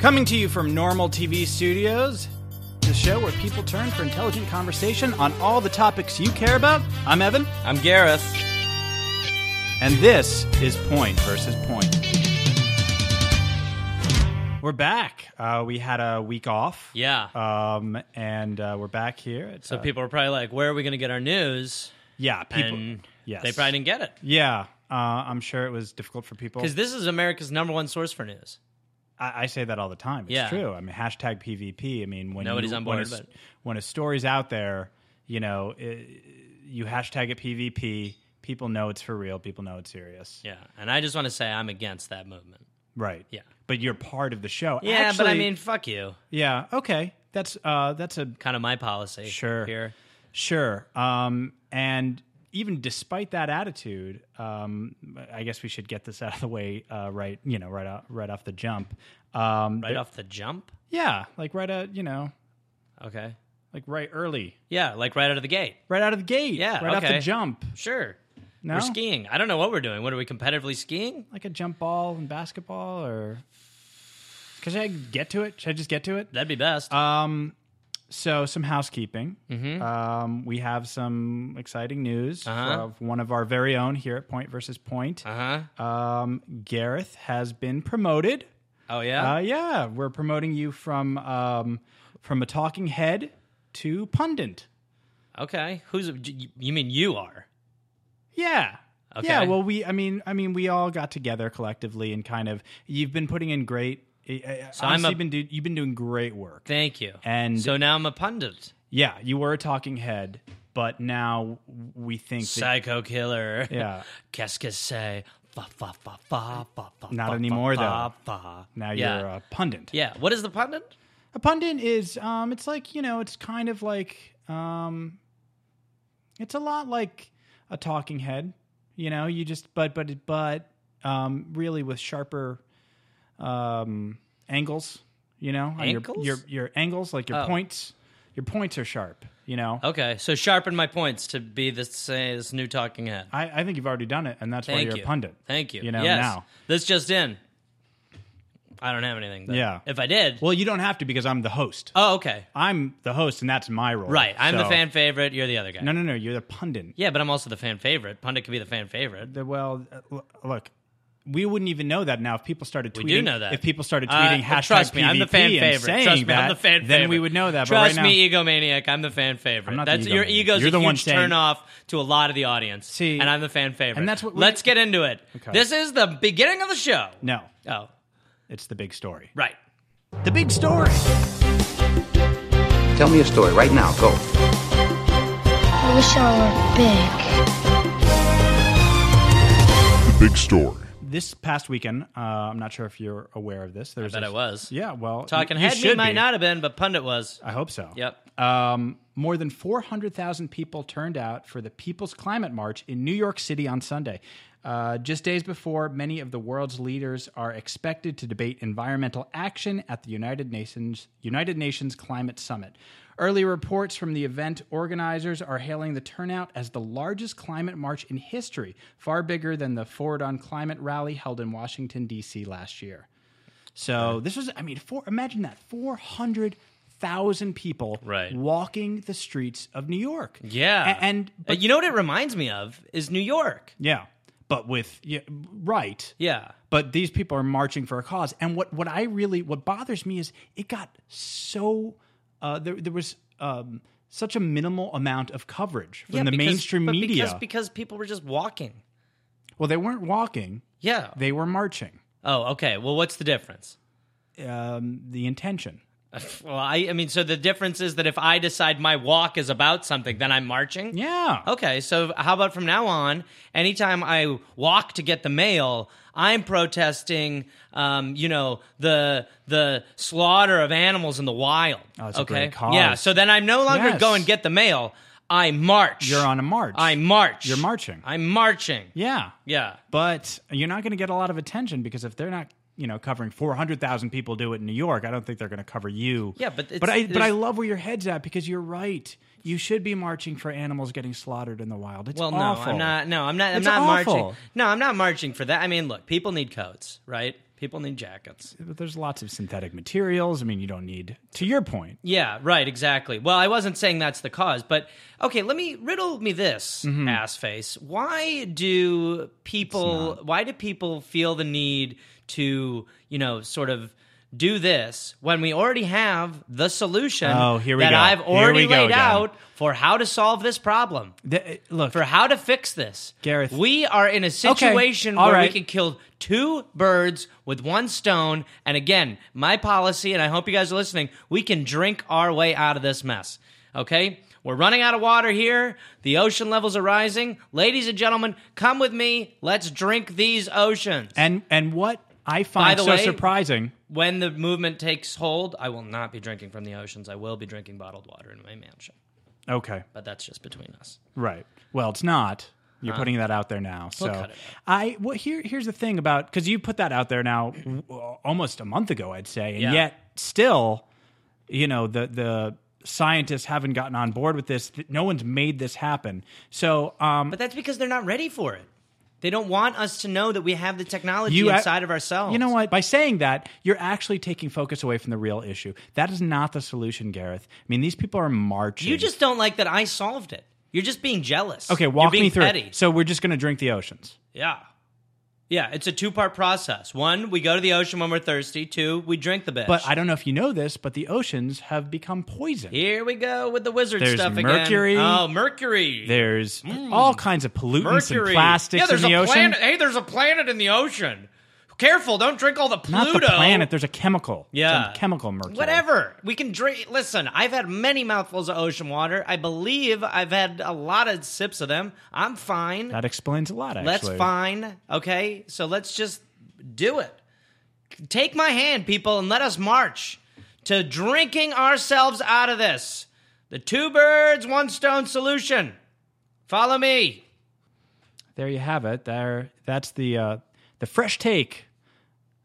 Coming to you from Normal TV Studios, the show where people turn for intelligent conversation on all the topics you care about. I'm Evan, I'm Gareth. and this is Point versus Point. We're back. Uh, we had a week off. Yeah. Um, and uh, we're back here. It's, so uh, people are probably like, "Where are we going to get our news?" yeah, people. And yes. they probably didn't get it Yeah, uh, I'm sure it was difficult for people. because this is America's number one source for news. I, I say that all the time. It's Yeah. true. I mean, hashtag PvP. I mean, when Nobody's you, on when, board, a, but- when a story's out there, you know, it, you hashtag it PvP. People know it's for real. People know it's serious. Yeah, and I just want to say I'm against that movement. Right. Yeah. But you're part of the show. Yeah, but I Actually- mean, fuck you. yeah. Okay. That's uh, that's a Kind of my policy. Sure. Here. Sure. Um, and even despite that attitude, um, I guess we should get this out of the way uh, right. You know, right off, right off the jump. Um, Right off the jump. yeah, like right out. You know, Okay. like right early, Yeah, like right out of the gate. right out of the gate. Yeah, right off the okay. jump. Sure. No, We're skiing. I don't know what we're doing. What are we competitively skiing? like a jump ball in basketball, or because I get to it. Should I just get to it? That'd be best. Um, so some housekeeping. Mm-hmm. Um, we have some exciting news Uh-huh. of one of our very own here at Point versus Point. Uh huh. Um, Gareth has been promoted. Oh yeah. Uh, yeah, we're promoting you from um, from a talking head to pundit. okay. Who's you you mean you are? Yeah. Okay. Yeah. Well, we. I mean, I mean, we all got together collectively and kind of. You've been putting in great. eh, So I'm a- you've been do, you've been doing great work. Thank you. And- so now I'm a pundit. yeah, you were a talking head, but now we think that Psycho killer. Yeah. Qu'est-ce que c'est? Fa, fa, fa, fa, fa, fa, Not fa, anymore, fa, though. fa. now yeah. you're uh, a pundit. Yeah. What is the pundit? A pundit is um it's like, you know, it's kind of like um it's a lot like a talking head, you know, you just but but but um really with sharper um angles, you know, and Ankles? your your your angles like your Oh. points, your points are sharp, you know. Okay. So sharpen my points to be this, say, this new talking head. I, I think you've already done it and that's why Thank you're you. a pundit. Thank you. You know, yes. now. This just in. I don't have anything. Though. Yeah. If I did. Well, you don't have to because I'm the host. oh, okay. I'm the host and that's my role. Right. I'm the so- fan favorite. You're the other guy. No, no, no, you're the pundit. Yeah, but I'm also the fan favorite. Pundit could be the fan favorite. The, well, uh, l- look, we wouldn't even know that now if people started tweeting. We do know that. If people started Uh, tweeting but hashtag trust me, I'm the PvP fan and favorite. saying Trust me, that, I'm the fan favorite. Then we would know that. Trust but right me, egomaniac. I'm the fan favorite. not the that's your egomaniac. ego's You're a the huge one saying- turn off to a lot of the audience. See, and I'm the fan favorite. and that's what we- Let's get into it. This is the beginning of the show. now, no, Oh, it's the big story. right. The big story. Tell me a story right now. Go. I wish I were big. Big story. This past weekend, uh, I'm not sure if you're aware of this. There's That I this- was Yeah, well, talking you, you head. Me should might be. Uh, not have been, but pundit was. I hope so. Yep. Um, more than 400,000 people turned out for the People's Climate March in New York City on Sunday. Uh, just days before, many of the world's leaders are expected to debate environmental action at the United Nations United Nations Climate Summit. Early reports from the event organizers are hailing the turnout as the largest climate march in history, far bigger than the Forward on Climate rally held in Washington D.C. last year. So this was, I mean, four, imagine that 400,000 people Right. walking the streets of New York. Yeah, A- And, Uh, but, you know what it reminds me of is New York. yeah, but with, yeah, right. Yeah, But these people are marching for a cause. And what, what I really, what bothers me is it got so, uh, there, there was um, such a minimal amount of coverage from yeah, the because- mainstream but media. because, because people were just walking. well, they weren't walking, Yeah. they were marching. oh, okay. Well, what's the difference? Um, the intention. Well, I, I mean, so the difference is that if I decide my walk is about something, then I'm marching. Yeah. Okay, so how about from now on, anytime I walk to get the mail, I'm protesting, um, you know, the the slaughter of animals in the wild. Oh, it's a okay, great cause. yeah. So then I'm no longer Yes. go and get the mail. I march. You're on a march. I march. You're marching. I'm marching. yeah. Yeah. But you're not going to get a lot of attention because if they're not, you know, covering 400,000 people do it in New York, I don't think they're going to cover you. Yeah, but it's- but I but there's- I love where your head's at because you're right. You should be marching for animals getting slaughtered in the wild. It's Well, no, awful. I'm not. No, I'm not. I'm It's not awful. marching. No, I'm not marching for that. I mean, look, people need coats, right? People need jackets. But there's lots of synthetic materials. I mean, you don't need. To your point, Yeah, right, exactly. Well, I wasn't saying that's the cause, but okay, let me riddle me this, Mm-hmm. ass face. Why do people why do people feel the need to, you know, sort of do this when we already have the solution Oh, here we that go. I've Here already we go laid again. out for how to solve this problem? Th- look For how to fix this. Gareth. We are in a situation all where right. we could kill two birds with one stone. And again, my policy, and I hope you guys are listening, we can drink our way out of this mess. Okay? We're running out of water here. The ocean levels are rising. Ladies and gentlemen, come with me. Let's drink these oceans. and and what I find the so way- surprising. when the movement takes hold, I will not be drinking from the oceans. I will be drinking bottled water in my mansion. Okay, But that's just between us. Right. Well, it's not. You're putting that out there now. So Uh, cut it I well here here's the thing about because you put that out there now w- almost a month ago I'd say, and Yeah. yet still, you know the the scientists haven't gotten on board with this. Th- No one's made this happen. So um, But that's because they're not ready for it. They don't want us to know that we have the technology you a- inside of ourselves. You know what? By saying that, you're actually taking focus away from the real issue. That is not the solution, Gareth. I mean, these people are marching. You just don't like that I solved it. You're just being jealous. okay. You're Walk being me through. it. petty. So we're just going to drink the oceans. Yeah. Yeah, it's a two part process. One, we go to the ocean when we're thirsty. Two, we drink the bitch. But I don't know if you know this, but the oceans have become poison. Here we go with the wizard There's stuff mercury. again. Oh, mercury. There's all kinds of pollutants Hmm. mercury. and plastics yeah, in there's the a ocean. Planet. Hey, there's a planet in the ocean. Careful, don't drink all the Pluto. Not the planet. There's a chemical. Yeah. Some chemical mercury. Whatever. We can drink. Listen, I've had many mouthfuls of ocean water. I believe I've had a lot of sips of them. I'm fine. That explains a lot. Actually. Let's fine. Okay. So let's just do it. Take my hand, people, and let us march to drinking ourselves out of this. The two birds, one stone solution. Follow me. There you have it. There. That's the uh, the fresh take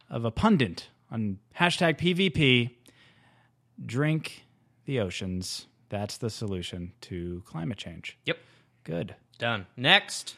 of a pundit on hashtag PvP. Drink the oceans. That's the solution to climate change. Yep. Good. Done. Next.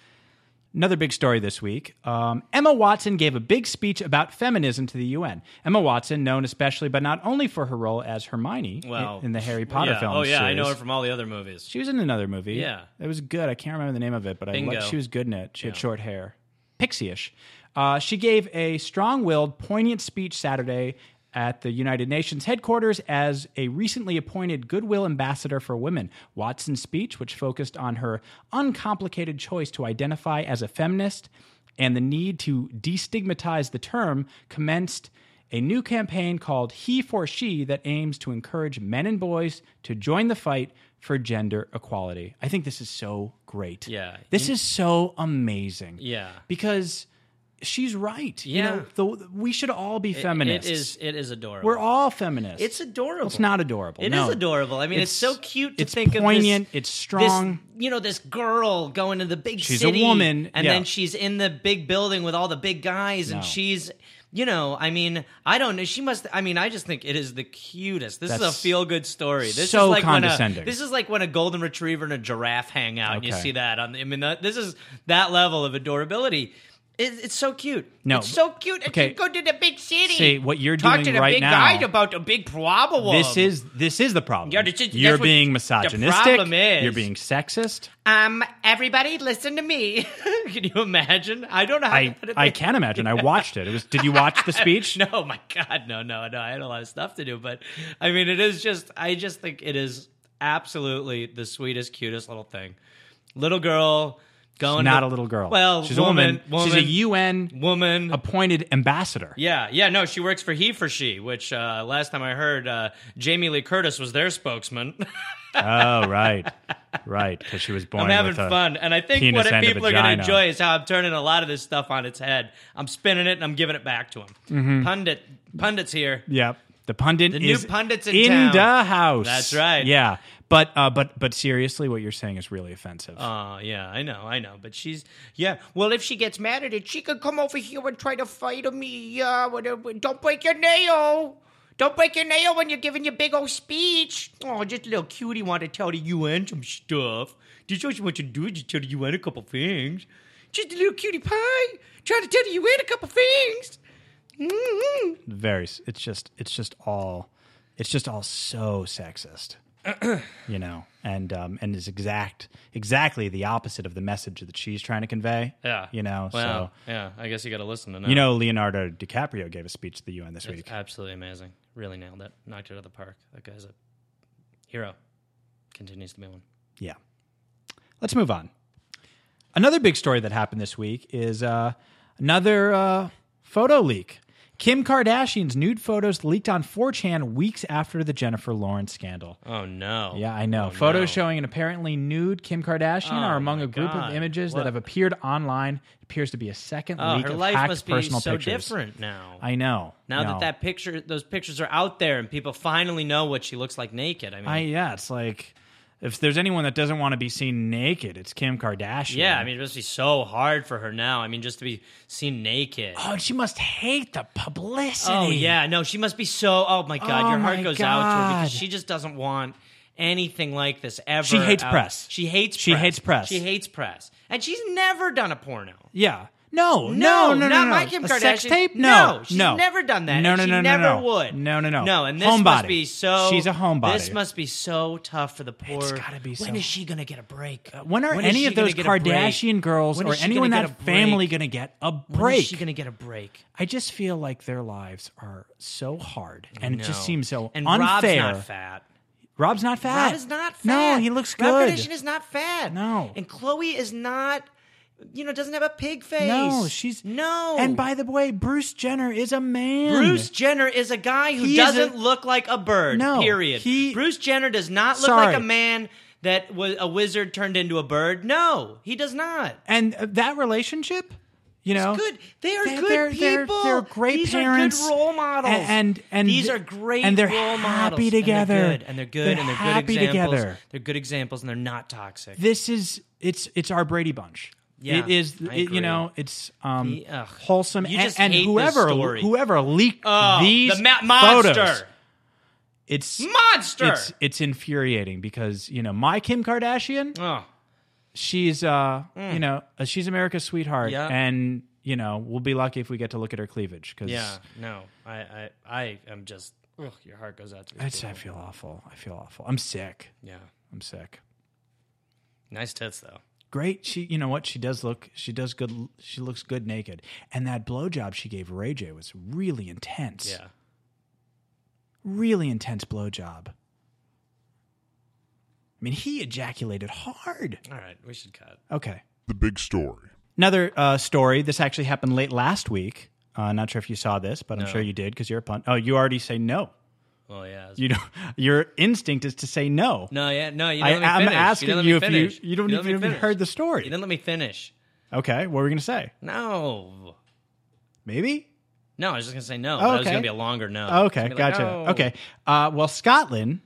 Another big story this week. Um, Emma Watson gave a big speech about feminism to the UN. Emma Watson, known especially but not only for her role as Hermione in- Well, in the Harry Potter yeah. films. Oh, yeah. I series. know her from all the other movies. She was in another movie. Yeah. It was good. I can't remember the name of it, but I Bingo. liked she was good in it. She had short hair, pixie ish. Uh, she gave a strong willed, poignant speech Saturday at the United Nations headquarters as a recently appointed Goodwill Ambassador for Women. Watson's speech, which focused on her uncomplicated choice to identify as a feminist and the need to destigmatize the term, commenced a new campaign called He for She that aims to encourage men and boys to join the fight for gender equality. I think this is so great. Yeah. This is so amazing. Yeah. Because she's right. Yeah. You know, the, we should all be feminists. It is, it is adorable. We're all feminists. It's adorable. It's not adorable. It is no. adorable. I mean, it's, so cute to it's think poignant, of. This, It's strong. This, you know, this girl going to the big She's a city. woman, And yeah. then she's in the big building with all the big guys, No. and she's. You know, I mean, I don't know. She must. I mean, I just think it is the cutest. This is a That's feel-good story. This so is like When condescending. a, this is like when a golden retriever and a giraffe hang out. And you Okay. see that on. the- I mean, that, this is that level of adorability. It, it's so cute. No. it's so cute. I Okay. can go to the big city. See, what you're talk doing to the right big now- guy about a big problem. This is this is the problem. Yeah, this is- you're that's what being the misogynistic. problem is. You're being sexist. Um, everybody, listen to me. can you imagine? I don't know. How I how did I they- can imagine. I watched it. It was. Did you watch the speech? No, my God, no, no, no. I had a lot of stuff to do, but I mean, it is just. I just think it is absolutely the sweetest, cutest little thing. Little girl going. Not a to- little girl. Well, she's a woman. woman She's a UN woman. appointed ambassador. yeah, yeah, no, she works for He for She, which uh, last time I heard, uh, Jamie Lee Curtis was their spokesman. Oh, right, right. Because she was born. I'm having with a- fun, and I think penis what and a people are going vagina. to enjoy is how I'm turning a lot of this stuff on its head. I'm spinning it and I'm giving it back to them. Mm-hmm. Pundit, pundits here. Yep. The pundit. The new is pundit's in in town. the house. That's right. Yeah. But uh, but but seriously, what you're saying is really offensive. Oh yeah, I know, I know. But she's yeah. Well, if she gets mad at it, she could come over here and try to fight me. Yeah, whatever. Don't break your nail. Don't break your nail when you're giving your big old speech. Oh, just a little cutie want to tell the UN some stuff. Just all she wants to do is just tell the UN a couple things. Mm-hmm. Just a little cutie pie trying to tell the UN a couple things. Very. s- It's just. It's just all. It's just all so sexist. you know, and um, and is exact exactly the opposite of the message that she's trying to convey. Yeah. You know. Wow. So. Yeah. I guess you got to listen to that. You know, Leonardo DiCaprio gave a speech to the UN this week. It's absolutely amazing. Really nailed it. Knocked it out of the park. That guy's a hero. Continues to be one. Yeah. Let's move on. Another big story that happened this week is uh, another uh, photo leak. Kim Kardashian's nude photos leaked on 4chan weeks after the Jennifer Lawrence scandal. Oh no. Yeah, I know. Photos no. Oh, showing an apparently nude Kim Kardashian are among my a group God. of images What? that have appeared online. It appears to be a second Oh, leak her of life hacked must be personal so pictures. different now. I know. now No. that that picture, those pictures are out there, and people finally know what she looks like naked. I mean, I yeah, it's like if there's anyone that doesn't want to be seen naked, it's Kim Kardashian. yeah. I mean, it must be so hard for her now. I mean, just to be seen naked. Oh, and she must hate the publicity. Oh yeah, no, she must be so. Oh my god, Oh, your heart my goes out to her God. because she just doesn't want anything like this ever. She hates out- press. She hates. She press. hates press. She hates press, and she's never done a porno. Yeah. No, no, no, no, not no. my Kim a Kardashian. sex tape? No, No, she's no. never done that. No, and no, she no, no, never no. Would. No, no, no. no. And this must Homebody. be so. She's a homebody. This must be so tough for the poor. It's gotta be so- Uh, When is she gonna get a break? When are When is any she of gonna those get a break? Kardashian girls When or is she anyone in gonna get that a break? family going to get a break? When is she gonna get a break? I just feel like their lives are so hard, and it No. just seems so and unfair. Rob's not fat. Rob's not fat. Rob is not fat. No, he looks good. Rob Kardashian is not fat. No. And Chloe is not, you know, doesn't have a pig face. no, she's No. And by the way, Bruce Jenner is a man. Bruce Jenner is a guy who He is doesn't a- look like a bird. No, Period. he- Bruce Jenner does not look Sorry. like a man that was a wizard turned into a bird. No, he does not. and uh, that relationship, you know, Good. They are They're- good they're- people. they're- they're great These parents. Are good role models. A- and- and these th- are great. and they're role models. happy together. And they're good. They're And they're good. happy and they're good examples. together. They're good examples, and they're not toxic. this is it's it's our Brady Bunch. Yeah, it is. I It, agree. you know, it's um, The- ugh. wholesome. You and, just and hate this whoever story. whoever leaked Oh, these the ma- monster. photos, it's Monster! It's, it's infuriating because you know my Kim Kardashian, Oh, she's uh, Mm. you know, uh, she's America's sweetheart, Yeah. and you know we'll be lucky if we get to look at her cleavage because yeah. No, I, I, I am just. Ugh, your heart goes out to these I people. feel awful. I feel awful. I'm sick. Yeah. I'm sick. Nice tits though. Great. She, you know what? She does look. She does good. She looks good naked. And that blowjob she gave Ray J was really intense. Yeah. really intense blowjob. I mean, he ejaculated hard. All right, we should cut. Okay. The big story. Another uh, story. This actually happened late last week. Uh, not sure if you saw this, but I'm No. sure you did because you're a pun. Oh, you already say no. Well, yeah. it's- You don't, your instinct is to say no. no, yeah, no. You I, don't let me am finish. asking you, you, didn't let if me you finish. you don't didn't let me even finish. heard the You story. didn't let me finish. Okay, what were we gonna say? No, Maybe no. I was just gonna say no. but It was Oh, okay. gonna be a longer no. It's Okay, gonna be like, gotcha. oh. Okay. Uh, well, Scotland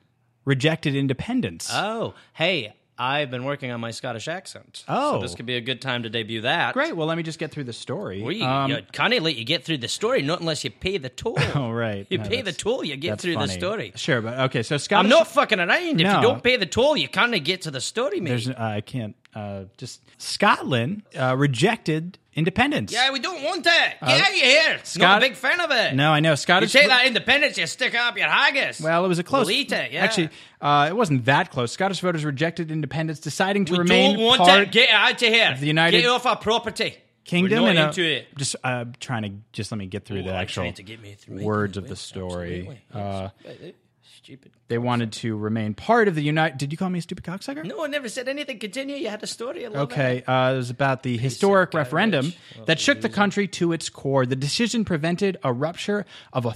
rejected independence. Oh, hey, I've been working on my Scottish accent. Oh. so this could be a good time to debut that. Great. Well, let me just get through the story. We Um, you can't let you get through the story, not unless you pay the toll. oh, right. You No, pay the that's- toll, you get that's through the funny. story. Sure, but okay. So Scottish. I'm not fucking around. If you No. don't pay the toll, you can't get to the story, mate. There's, uh, I can't. Uh, just Scotland uh, rejected independence. Yeah, we don't want that. Get out of here. Not Uh, Scott- a big fan of it. No, I know You Scottish. take that independence, you stick up your haggis. well, it was a close. We'll eat it, yeah. Actually, uh, it wasn't that close. Scottish voters rejected independence, deciding to we remain don't want part it. Get out of here. the United get off our property. kingdom. We're and, uh, not into it. Just uh, trying to just let me get through Oh, the I'm actual trying to get me through. words of the Yes, story. absolutely. Uh, Yes. Stupid. they wanted to remain part of the United. Did you call me a stupid cocksucker? No, I never said anything. Continue. You had a story. I love Okay, it. uh, it was about the historic garbage. referendum Well, that shook the country to its core. The decision prevented a rupture of a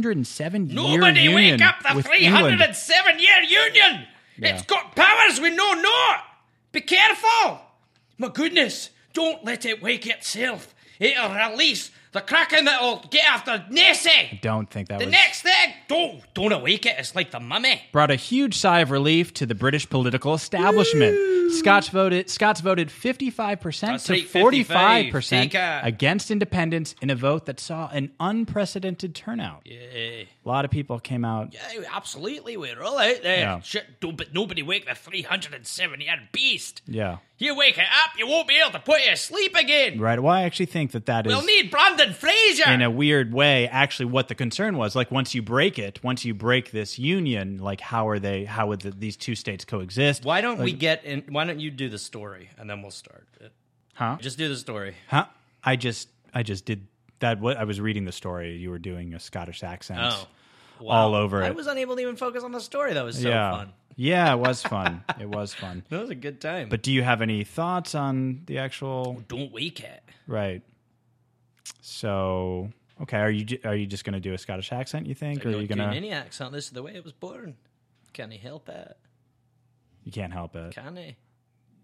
307 Nobody year union wake up the with England. 307 year union. It's got powers we know not. Be careful. My goodness, don't let it wake itself. It'll release the kraken that'll get after Nessie. Don't think that The was next thing, don't don't awake it. It's like the mummy. brought a huge sigh of relief to the British political establishment. Scots voted Scots voted 55% That's to right, 45% 55. Take a- against independence in a vote that saw an unprecedented turnout. Yeah, A lot of people came out. absolutely, we're all out there. Yeah. Shit, don't, but nobody wake the 307 year beast. Yeah. You wake it up, you won't be able to put it to sleep again. Right. Well, I actually think that that is, We'll need Brandon Fraser. in a weird way, actually what the concern was. Like, once you break it, once you break this union, like, how are they, how would the, these two states coexist? Why don't we get in? Why don't you do the story and then we'll start? it? Huh? Just do the story. Huh? I just, I just did that. What I was reading the story, you were doing a Scottish accent Oh, wow. all over it. I was unable to even focus on the story. That was so yeah. fun. Yeah, it was fun. it was fun. That was a good time. But do you have any thoughts on the actual Don't wake it. right? So, okay, are you ju- are you just going to do a Scottish accent? You think, or are you doing going to? any accent? This is the way it was born. Can he help it? You can't help it. Can he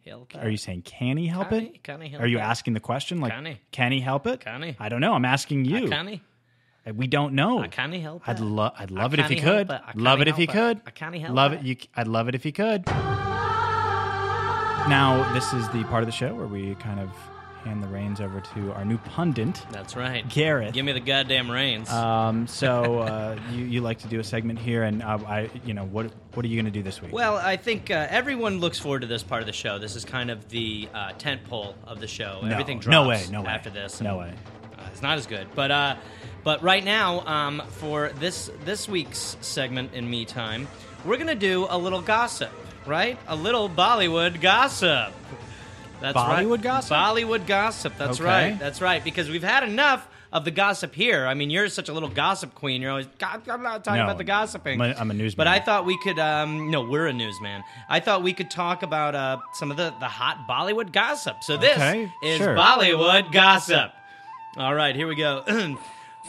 help it? Are you saying can he help Can it? he? Can he help Are you it? asking the question like Can he? help it? Can he? I don't know. I'm asking Ah, you. Can he? We don't know. Ah, Can he help I'd it? love I'd love I it if he can't help could. it. I can't Love it if he help it. could. I can't help love it. it. You, c- I'd love it if he could. Now this is the part of the show where we kind of hand the reins over to our new pundit. That's right. Gareth. Give me the goddamn reins. Um, so uh, you you like to do a segment here, and uh, I you know what what are you going to do this week? Well, I think uh, everyone looks forward to this part of the show. This is kind of the uh, tent pole of the show. no, Everything drops no way, no way. after this. no and, way. Uh, it's not as good, but uh, but right now um, for this this week's segment in me time, we're gonna do a little gossip, right? A little Bollywood gossip. That's Bollywood right. gossip? Bollywood gossip. That's Okay. right. That's right. Because we've had enough of the gossip here. I mean, you're such a little gossip queen. You're always God, I'm not talking No, about the gossiping. I'm a- I'm a newsman. But I thought we could. Um, no, we're a newsman. I thought we could talk about uh, some of the the hot Bollywood gossip. So this Okay, is sure. Bollywood gossip. All right, here we go.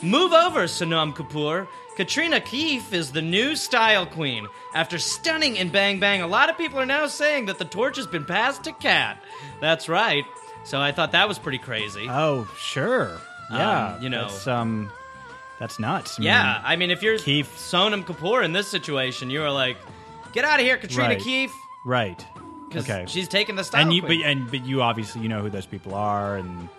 Move over, Sonam Kapoor. Katrina Keefe is the new style queen. After stunning in Bang Bang, a lot of people are now saying that the torch has been passed to Kat. That's right. So I thought that was pretty crazy. Oh sure, yeah. Um, you know. that's, um, that's nuts. I yeah, mean, I mean, if you're Keefe. Sonam Kapoor in this situation, you are like, get out of here, Katrina Right. Keefe. right. Because Okay, she's taking the style and you but, queen. and but you obviously you know who those people are, and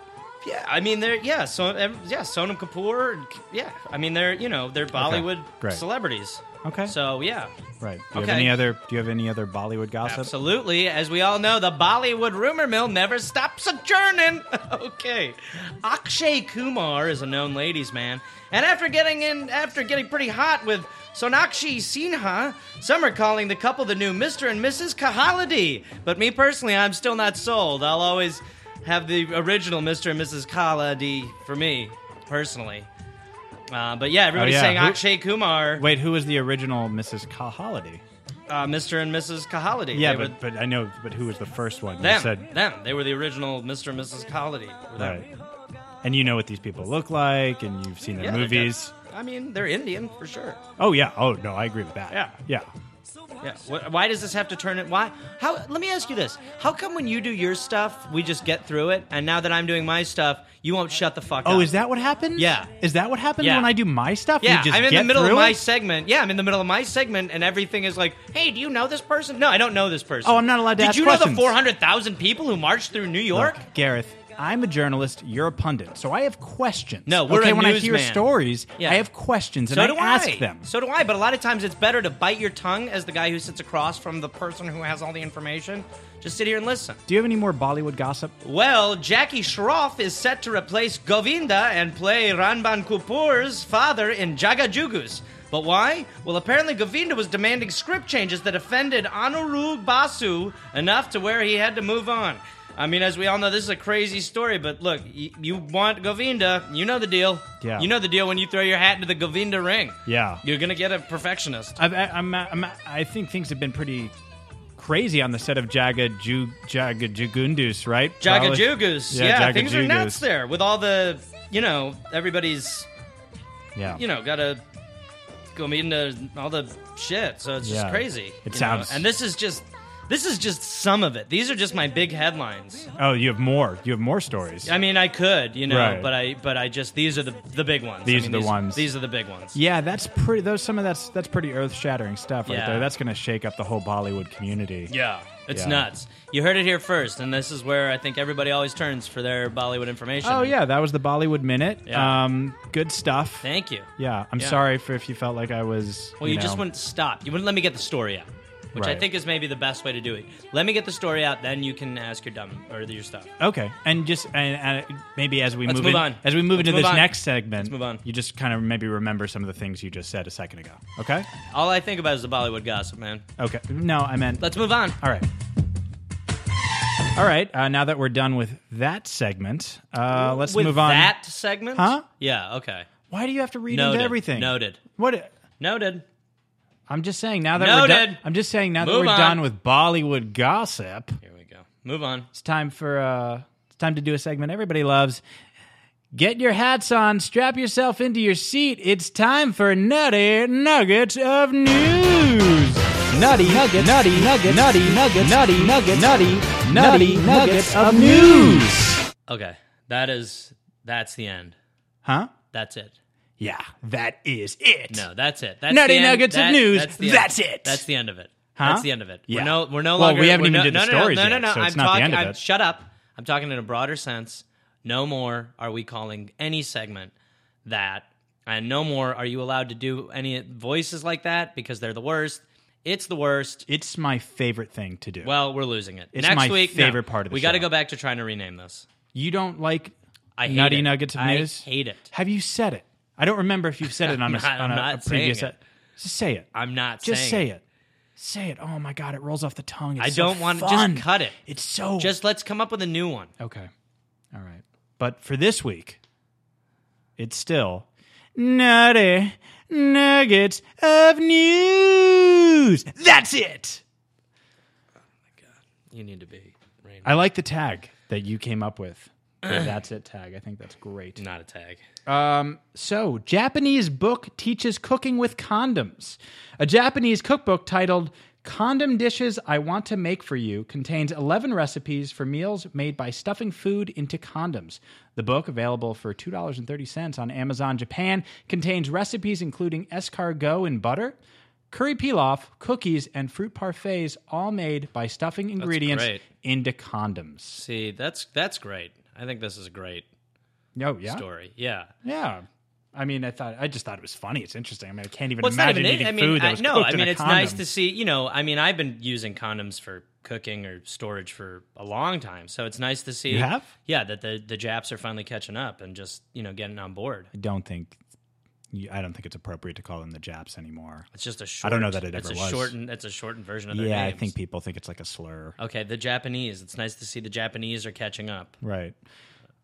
yeah, I mean, they're, yeah, so, ev- yeah, Sonam Kapoor, yeah. I mean, they're, you know, they're Bollywood great. celebrities. okay, So, yeah. right. Do you have okay. any other? Do you have any other Bollywood gossip? Absolutely. As we all know, the Bollywood rumor mill never stops adjourning. okay. Akshay Kumar is a known ladies man, and after getting in after getting pretty hot with Sonakshi Sinha, some are calling the couple the new Mr. and Mrs. Kahaladi. But me personally, I'm still not sold. I'll always have the original Mr. and Mrs. Kahaladi for me personally. Uh, but yeah, everybody's Oh, yeah. saying Who- Akshay Kumar, Wait, who was the original Mrs. Holiday? uh, Mr. and Mrs. Kahaladi. Yeah, They were- but, but I know, but who was the first one? You Them, said- them. They were the original Mr. and Mrs. Colony. Were them. right. And you know what these people look like, and you've seen their Yeah, they're movies. def- I mean, they're Indian for sure. Oh yeah. Oh no, I agree with that. Yeah. Yeah. Yeah. Wh- Why does this have to turn it? Why? How? Let me ask you this: How come when you do your stuff, we just get through it, and now that I'm doing my stuff, you won't shut the fuck up? Oh, is that what happens? Yeah. Is that what happens Yeah. when I do my stuff? Yeah, You just I'm in the get middle of through my it? segment. Yeah, I'm in the middle of my segment, and everything is like, "Hey, do you know this person?" No, I don't know this person. Oh, I'm not allowed to Did ask you know questions. the 400,000 people who marched through New York? Look, Gareth, I'm a journalist. You're a pundit, so I have questions. No, we're okay. a when I hear newsman. stories, Yeah. I have questions, and so I do ask I. them. So do I. But a lot of times, it's better to bite your tongue as the guy who sits across from the person who has all the information. Just sit here and listen. do you have any more Bollywood gossip? Well, Jackie Shroff is set to replace Govinda and play Ranban Kapoor's father in Jagajugus. But why? Well, apparently Govinda was demanding script changes that offended Anurag Basu enough to where he had to move on. I mean, as we all know, this is a crazy story, but look, y- you want Govinda, you know the deal. Yeah. You know the deal when you throw your hat into the Govinda ring. Yeah. You're going to get a perfectionist. I've, I- I'm, I'm, I think things have been pretty crazy on the set of Jaga Ju, Jaga Jugundus, right? Probably- Jagajugus. Yeah, Jaga things are Jugus. nuts there with all the, you know, everybody's Yeah, you know, gotta go meet into all the shit. So it's just Yeah. crazy. It you know? sounds- And this is just, this is just some of it. These are just my big headlines. Oh, you have more. You have more stories. I mean, I could, you know, Right. but I, but I just these are the the big ones. I These mean, are the ones. These are the big ones. yeah, that's pretty. Those some of that's that's pretty earth shattering stuff right Yeah. there. That's going to shake up the whole Bollywood community. Yeah. It's Yeah. nuts. You heard it here first, and this is where I think everybody always turns for their Bollywood information. Oh yeah, that was the Bollywood minute. Yeah. Um, good stuff. Thank you. yeah, I'm Yeah. sorry for if you felt like I was. Well, you, just know- wouldn't stop. You wouldn't let me get the story out. which I Right. think is maybe the best way to do it. Let me get the story out, then you can ask your dumb or your stuff. Okay, and just and, and maybe as we Let's move, move in- on. as we move Let's into move this on. next segment, Let's move on. You just kind of maybe remember some of the things you just said a second ago. Okay, All I think about is the Bollywood gossip, man. okay. No, I meant Let's move on. All right. All right. Uh, now that we're done with that segment, uh, let's With move on. That segment? Huh? Yeah. Okay. Why do you have to read Noted. into everything? Noted. What? Noted. I'm just saying. Now that we're done, Noted. I'm just saying. Now that Move we're on. done with Bollywood gossip, Here we go. Move on. it's time for uh, it's time to do a segment everybody loves. Get your hats on, strap yourself into your seat. It's time for Nutty Nuggets of News. Nutty Nuggets, Nutty Nuggets, Nutty Nuggets, Nutty Nuggets, Nutty, Nutty Nuggets of News. Okay. That is. That's the end. Huh? That's it. Yeah, that is it. No, that's it. That's Nutty the end. nuggets of That- news. the That's end. it. That's the end of it. Huh? That's the end of it. Yeah. We're no, we're no Well, longer. we haven't we're even no, did the no, no, no, stories no, No, yet, no, so it's I'm not the talking, end of I'm- it. Shut up. I'm talking in a broader sense. No more are we calling any segment that, and no more are you allowed to do any voices like that because they're the worst. It's the worst. It's my favorite thing to do. Well, we're losing it. It's Next my week, no. favorite part of the we got to show. go back to trying to rename this. you don't like I hate nutty it. nuggets of I news? hate it. Have you said it? I don't remember if you've said it on a, I'm not- on a, I'm a not saying previous. e- it. Just say it. I'm not Just saying say it. Say it. Oh my god, it rolls off the tongue. It's I so don't want to fun. just cut it. It's so Just let's come up with a new one. okay. All right, but for this week, it's still nutty nuggets of news. That's it. You need to be Rain. I like the tag that you came up with. The that's it tag. I think that's great. Not a tag. Um, so, Japanese book teaches cooking with condoms. A Japanese cookbook titled Condom Dishes I Want to Make for You contains 11 recipes for meals made by stuffing food into condoms. The book, available for $2.30 on Amazon Japan, contains recipes including escargot in butter, curry pilaf, cookies, and fruit parfaits, all made by stuffing ingredients great. into condoms. See, that's that's great. I think this is a great Oh, yeah. story. Yeah. Yeah. I mean, I thought I just thought it was funny. It's interesting. I mean, I can't even Well, it's not imagine even it. eating I mean, food that I, was no, cooked I in mean, a it's nice condom. to see, you know, I mean, I've been using condoms for cooking or storage for a long time. So it's nice to see. You have? Yeah, that the, the Japs are finally catching up and just, you know, getting on board. I don't think. you- I don't think it's appropriate to call them the Japs anymore. It's just a I short. don't know that it it's ever a was. Shortened, it's a shortened version of their Yeah, I names. think people think it's like a slur. Okay, the Japanese. It's nice to see the Japanese are catching up. Right.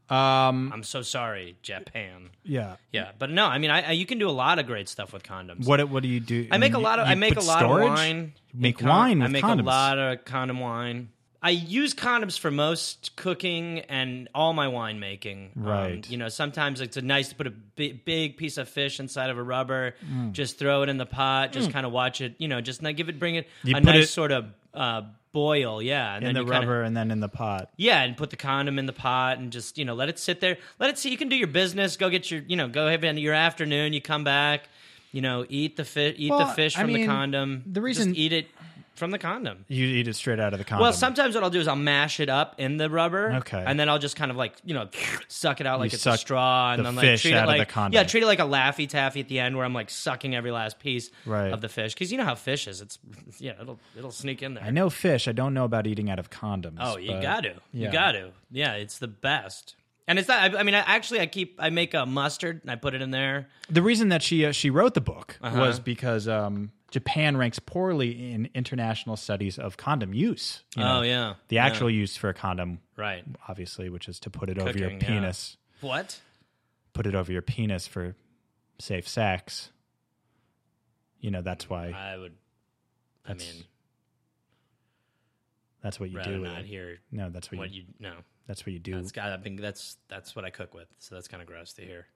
Um. I'm so sorry, Japan. Yeah. Yeah, but no, I mean, I, I you can do a lot of great stuff with condoms. What What do you do? I make a You- lot of you I make a put lot storage? of wine. You Make in con- wine. I With make condoms. a lot of condom wine. I use condoms for most cooking and all my wine making. Um, Right. you know, sometimes it's nice to put a bi- big piece of fish inside of a rubber, Mm. just throw it in the pot, just kind of watch it. You know, just not give it, bring it You a put nice it- sort of uh, boil. Yeah, and in the you kinda- rubber and then in the pot. yeah, and put the condom in the pot and just, you know, let it sit there. Let it see. You can do your business. Go get your, you know, go have your afternoon. You come back, you know, eat the fish, eat Well, the fish I from the mean, condom. the reason- just eat it from the condom. You eat it straight out of the condom. Well, sometimes what I'll do is I'll mash it up in the rubber, Okay. and then I'll just kind of like you know suck it out like it's a suck straw, and the then fish like treat out it of the like condom. yeah, treat it like a laffy taffy at the end where I'm like sucking every last piece Right. of the fish because you know how fish is, it's yeah, it'll it'll sneak in there. I know fish. I don't know about eating out of condoms. Oh, you but- got to. yeah. You got to. Yeah, it's the best. And it's not, I, I mean, I actually, I keep, I make a mustard and I put it in there. the reason that she uh, she wrote the book Uh-huh. was because um, Japan ranks poorly in international studies of condom use. you know. Oh, yeah. the actual use for a condom, Right. obviously, which is to put it over your Cooking, yeah. penis, What? put it over your penis for safe sex. You know that's why I would, I That's mean, that's what you rather do. With not it. hear No, that's what, what you, you, no. that's what you do. That's got, I mean, that's, that's what I cook with. So that's kind of gross to hear.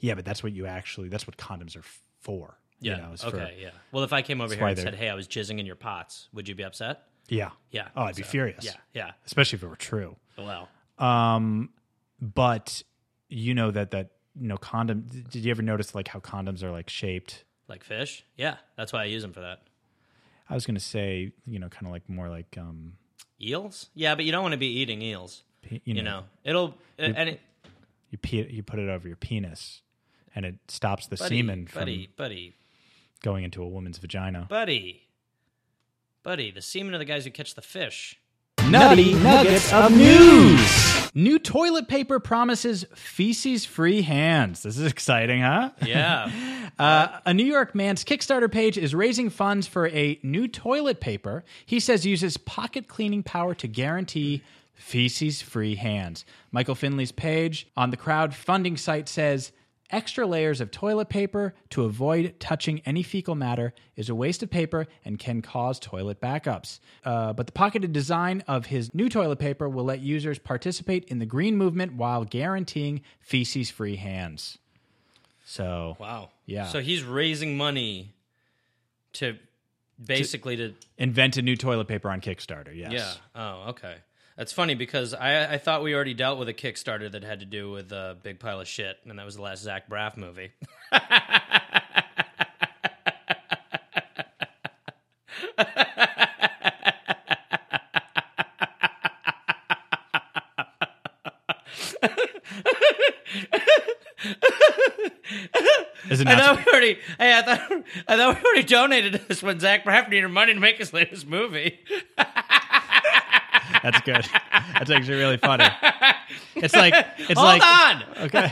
yeah, but that's what you actually. That's what condoms are for. Yeah. You know, is okay. for- yeah. Well, if I came over here why and they're- said, hey, I was jizzing in your pots, would you be upset? yeah. Yeah. Oh, I'd be So, furious. Yeah. Yeah. Especially if it were true. Well, Um, but you know that that you know condom. Did you ever notice like how condoms are like shaped? like fish. Yeah. That's why I use them for that. I was gonna say you know kind of like more like um Eels? Yeah, but you don't want to be eating eels. pe- You know, it'll, and it, you pe- you put it over your penis and it stops the buddy, semen from buddy, buddy, going into a woman's vagina. buddy. Buddy, the seamen are the guys who catch the fish. Nutty Nuggets of News. New toilet paper promises feces free hands. This is exciting, huh? Yeah. Uh, a New York man's Kickstarter page is raising funds for a new toilet paper he says uses pocket cleaning power to guarantee feces free hands. Michael Finley's page on the crowdfunding site says extra layers of toilet paper to avoid touching any fecal matter is a waste of paper and can cause toilet backups. Uh, but the pocketed design of his new toilet paper will let users participate in the green movement while guaranteeing feces free hands. So wow. Yeah. So he's raising money to basically to, invent a new toilet paper on Kickstarter. Yes. yeah. Oh, okay. That's funny because I I thought we already dealt with a Kickstarter that had to do with a big pile of shit, and that was the last Zach Braff movie. As an I announcement. thought we already. Hey, I thought I thought we already donated this when Zach Braff needed money to make his latest movie. That's good. That's actually really funny. It's like it's Hold like on. okay.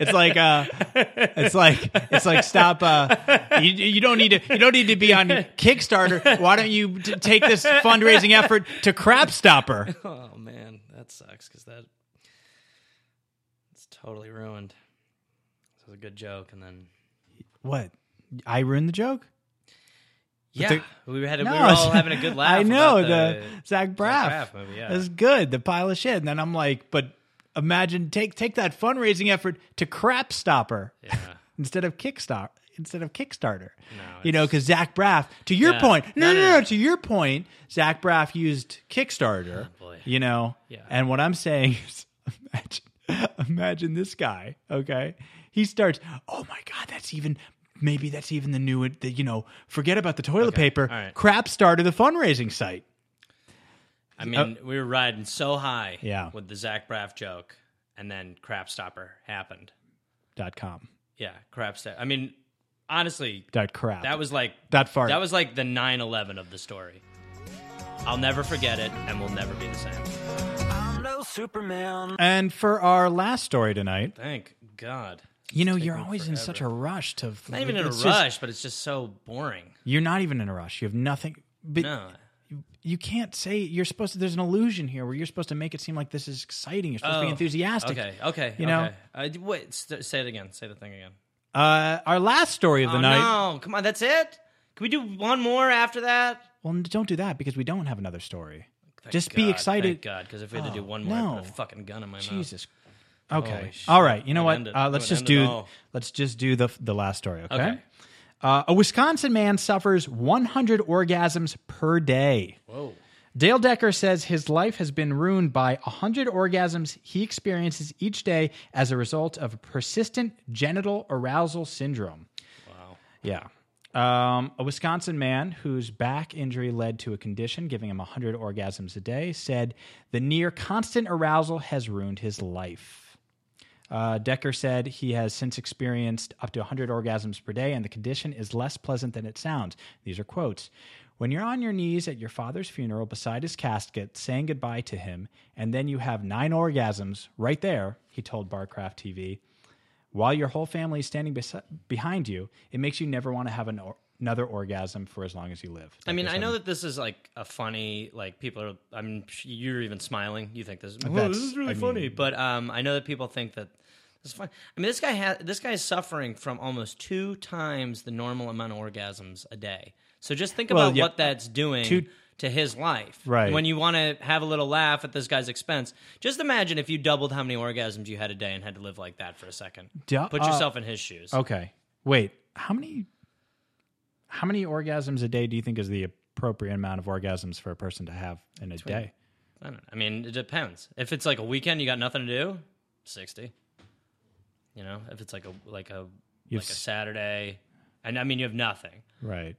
it's like uh, it's like it's like stop. Uh, you, you don't need to you don't need to be on Kickstarter. Why don't you t- take this fundraising effort to Crap Stopper? Oh man, that sucks because that it's totally ruined. This was a good joke, and then What? I ruined the joke. yeah, we had we were No, all having a good laugh. I know about the, Zach Braff. Braff movie, yeah. That's good. The pile of shit. And then I'm like, but imagine take take that fundraising effort to Crap Stopper Yeah. instead of Kickstarter. Instead of Kickstarter, you it's- know, because Zach Braff, to your Yeah. point, no, No, no, no, no, no. to your point, Zach Braff used Kickstarter, Oh, boy. you know, Yeah. and what I'm saying is, imagine, imagine this guy, okay, he starts, oh my god, that's even. Maybe that's even the new, the, you know, forget about the toilet paper. all right. Crap started the fundraising site. I mean, we were riding so high Yeah. with the Zach Braff joke, and then Crap Stopper happened. dot com Yeah, Crap Stopper. I mean, honestly, dot crap. that was like That fart. That was like the 9/11 of the story. I'll never forget it, and we'll never be the same. and for our last story tonight, Thank God. you know, you're me always in such a rush to. Not even in a it's rush, just- but it's just so boring. you're not even in a rush. You have nothing. But No. you can't say you're supposed to. There's an illusion here where you're supposed to make it seem like this is exciting. You're supposed to be Oh, enthusiastic. Okay. Okay. You know? okay. Uh, d- wait. St- say it again. Say the thing again. Uh, our last story of the oh night. no! Come on. That's it. Can we do one more after that? Well, n- don't do that because we don't have another story. Thank just be God, excited. Thank God, because if we had to do Oh, one more, I'd put no. a fucking gun in my mouth. Jesus. Okay. shit. All right. You know It what? ended- Uh, it let's just ended do. all. Let's just do the the last story. Okay. Okay. Uh, a Wisconsin man suffers 100 orgasms per day. Whoa. Dale Decker says his life has been ruined by 100 orgasms he experiences each day as a result of persistent genital arousal syndrome. Wow. Yeah. Um, a Wisconsin man whose back injury led to a condition giving him 100 orgasms a day said the near constant arousal has ruined his life. Uh, Decker said he has since experienced up to 100 orgasms per day, and the condition is less pleasant than it sounds. These are quotes. When you're on your knees at your father's funeral beside his casket, saying goodbye to him, and then you have nine orgasms right there, he told Barcraft TV, while your whole family is standing bes- behind you, it makes you never want to have an or- another orgasm for as long as you live. I mean, Decker I know said. that this is like a funny, like people are. I'm. You're even smiling. You think this? is That's- Whoa, this is really I funny. mean- but um, I know that people think that this is fun. I mean, this guy has. This guy is suffering from almost two times the normal amount of orgasms a day. So just think Well, about yeah. what that's doing Two- to his life. Right. When you want to have a little laugh at this guy's expense, just imagine if you doubled how many orgasms you had a day and had to live like that for a second. Du- Put uh, yourself in his shoes. Okay. Wait, how many how many orgasms a day do you think is the appropriate amount of orgasms for a person to have in a day? I don't know. I mean, it depends. If it's like a weekend, you got nothing to do, sixty. You know, if it's like a like a You've like a s- Saturday, and I mean you have nothing, Right.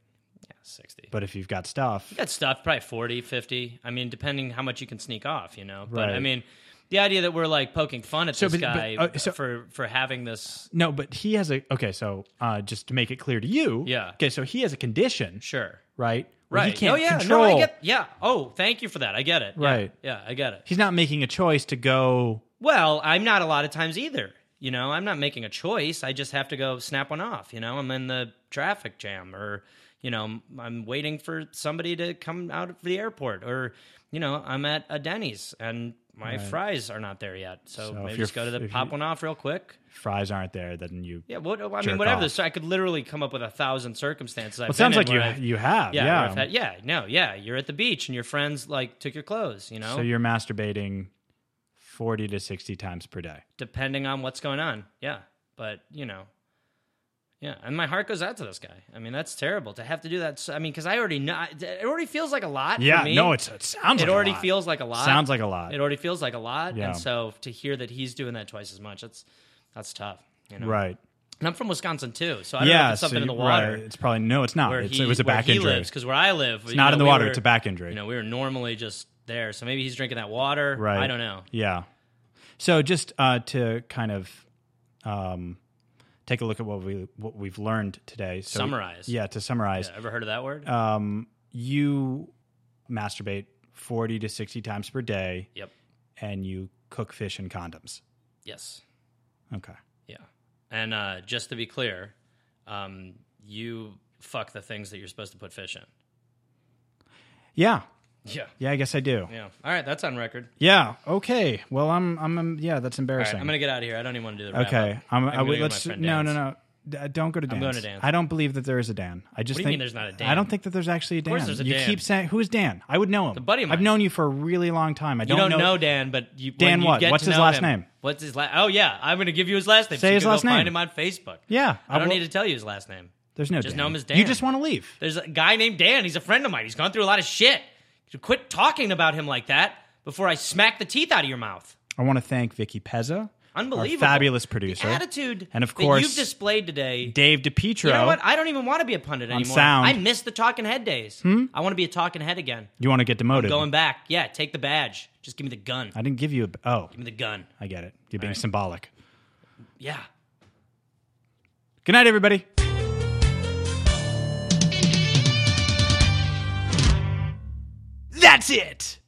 yeah, sixty. But if you've got stuff, you got stuff, probably 40, 50. I mean, depending how much you can sneak off, you know. But I Right. mean, the idea that we're like poking fun at So, this but- guy but, uh, so- for for having this, no, but he has a okay, so uh just to make it clear to you, Yeah. Okay, so he has a condition, sure, right? where Right. He can't oh, yeah. control. No, I get. Yeah. Oh, thank you for that. I get it. Yeah. Right. Yeah, I get it. He's not making a choice to go. Well, I'm not a lot of times either. You know, I'm not making a choice. I just have to go snap one off. You know, I'm in the traffic jam or, you know, I'm waiting for somebody to come out of the airport or, you know, I'm at a Denny's and my fries are not there yet. So, So if maybe you're- just go to the if pop you- one off real quick. Fries aren't there. Then you. Yeah. What, I mean, Jerk whatever. off. So I could literally come up with a thousand circumstances. I've Well, it sounds been like in you where I've- you have. yeah, Yeah. where I've had- yeah, no, yeah. You're at the beach and your friends like took your clothes, you know, So you're masturbating forty to sixty times per day. depending on what's going on. Yeah, but you know, yeah. And my heart goes out to this guy. I mean, that's terrible to have to do that. So, I mean, because I already know it already feels like a lot. for Yeah. me. No, it's, it sounds. it like already a lot. feels like a lot. Sounds like a lot. it already feels like a lot. Yeah. And so to hear that he's doing that twice as much, that's that's tough. You know, Right. And I'm from Wisconsin too, so I don't know yeah. if it's something so in the you- water. Right. It's probably no. It's not. Where It's, he, it was a where back he injury. lives because where I live, it's not in the water, it's a back injury. You know, we were normally just there, so maybe he's drinking that water. Right. I don't know. Yeah. So just uh, to kind of um, take a look at what we what we've learned today. So, Summarize. Yeah. To summarize, Ever heard of that word? um, you masturbate forty to sixty times per day, yep. and you cook fish in condoms. Yes. Okay. Yeah. And uh, just to be clear, um, you fuck the things that you're supposed to put fish in. Yeah. Yeah. Yeah. I guess I do. Yeah. All right. That's on record. Yeah. Okay. Well, I'm. I'm. um, yeah. That's All right. embarrassing. I'm gonna get out of here. I don't even want to do the. okay. Wrap-up. I'm. I'm I gonna would, go to let's. my friend No. No. Dan's. No. D- uh, Don't go to dance. going to Dan's. I don't believe that there is a Dan. I just do you think mean there's not a Dan? I don't think that there's actually a Dan. course there's a you Dan. keep saying who's Dan? I would know him. A buddy of I've mine. known you for a really long time. I You don't, don't know, Dan, but you, when Dan you what? get What's to his know last him- name? What's his last? Oh yeah, I'm gonna give you his last name. Say so you his can go last Find name. him on Facebook. Yeah. I don't will- need to tell you his last name. There's no. Just Dan. know him as You Dan. just want to leave. There's a guy named Dan. He's a friend of mine. He's gone through a lot of shit. So quit talking about him like that before I smack the teeth out of your mouth. I want to thank Vicky Pezza, Unbelievable. our fabulous The producer, attitude, and of that you've course displayed today. Dave DePietro. you know what? I don't even want to be a pundit On anymore. sound. Hmm? I miss the talking head days. I want to be a talking head again. You want to get demoted? Going back, yeah. Take the badge. Just give me the gun. I didn't give you a. Oh, Give me the gun. I get it. You're being symbolic. Yeah. Good night, everybody. That's it!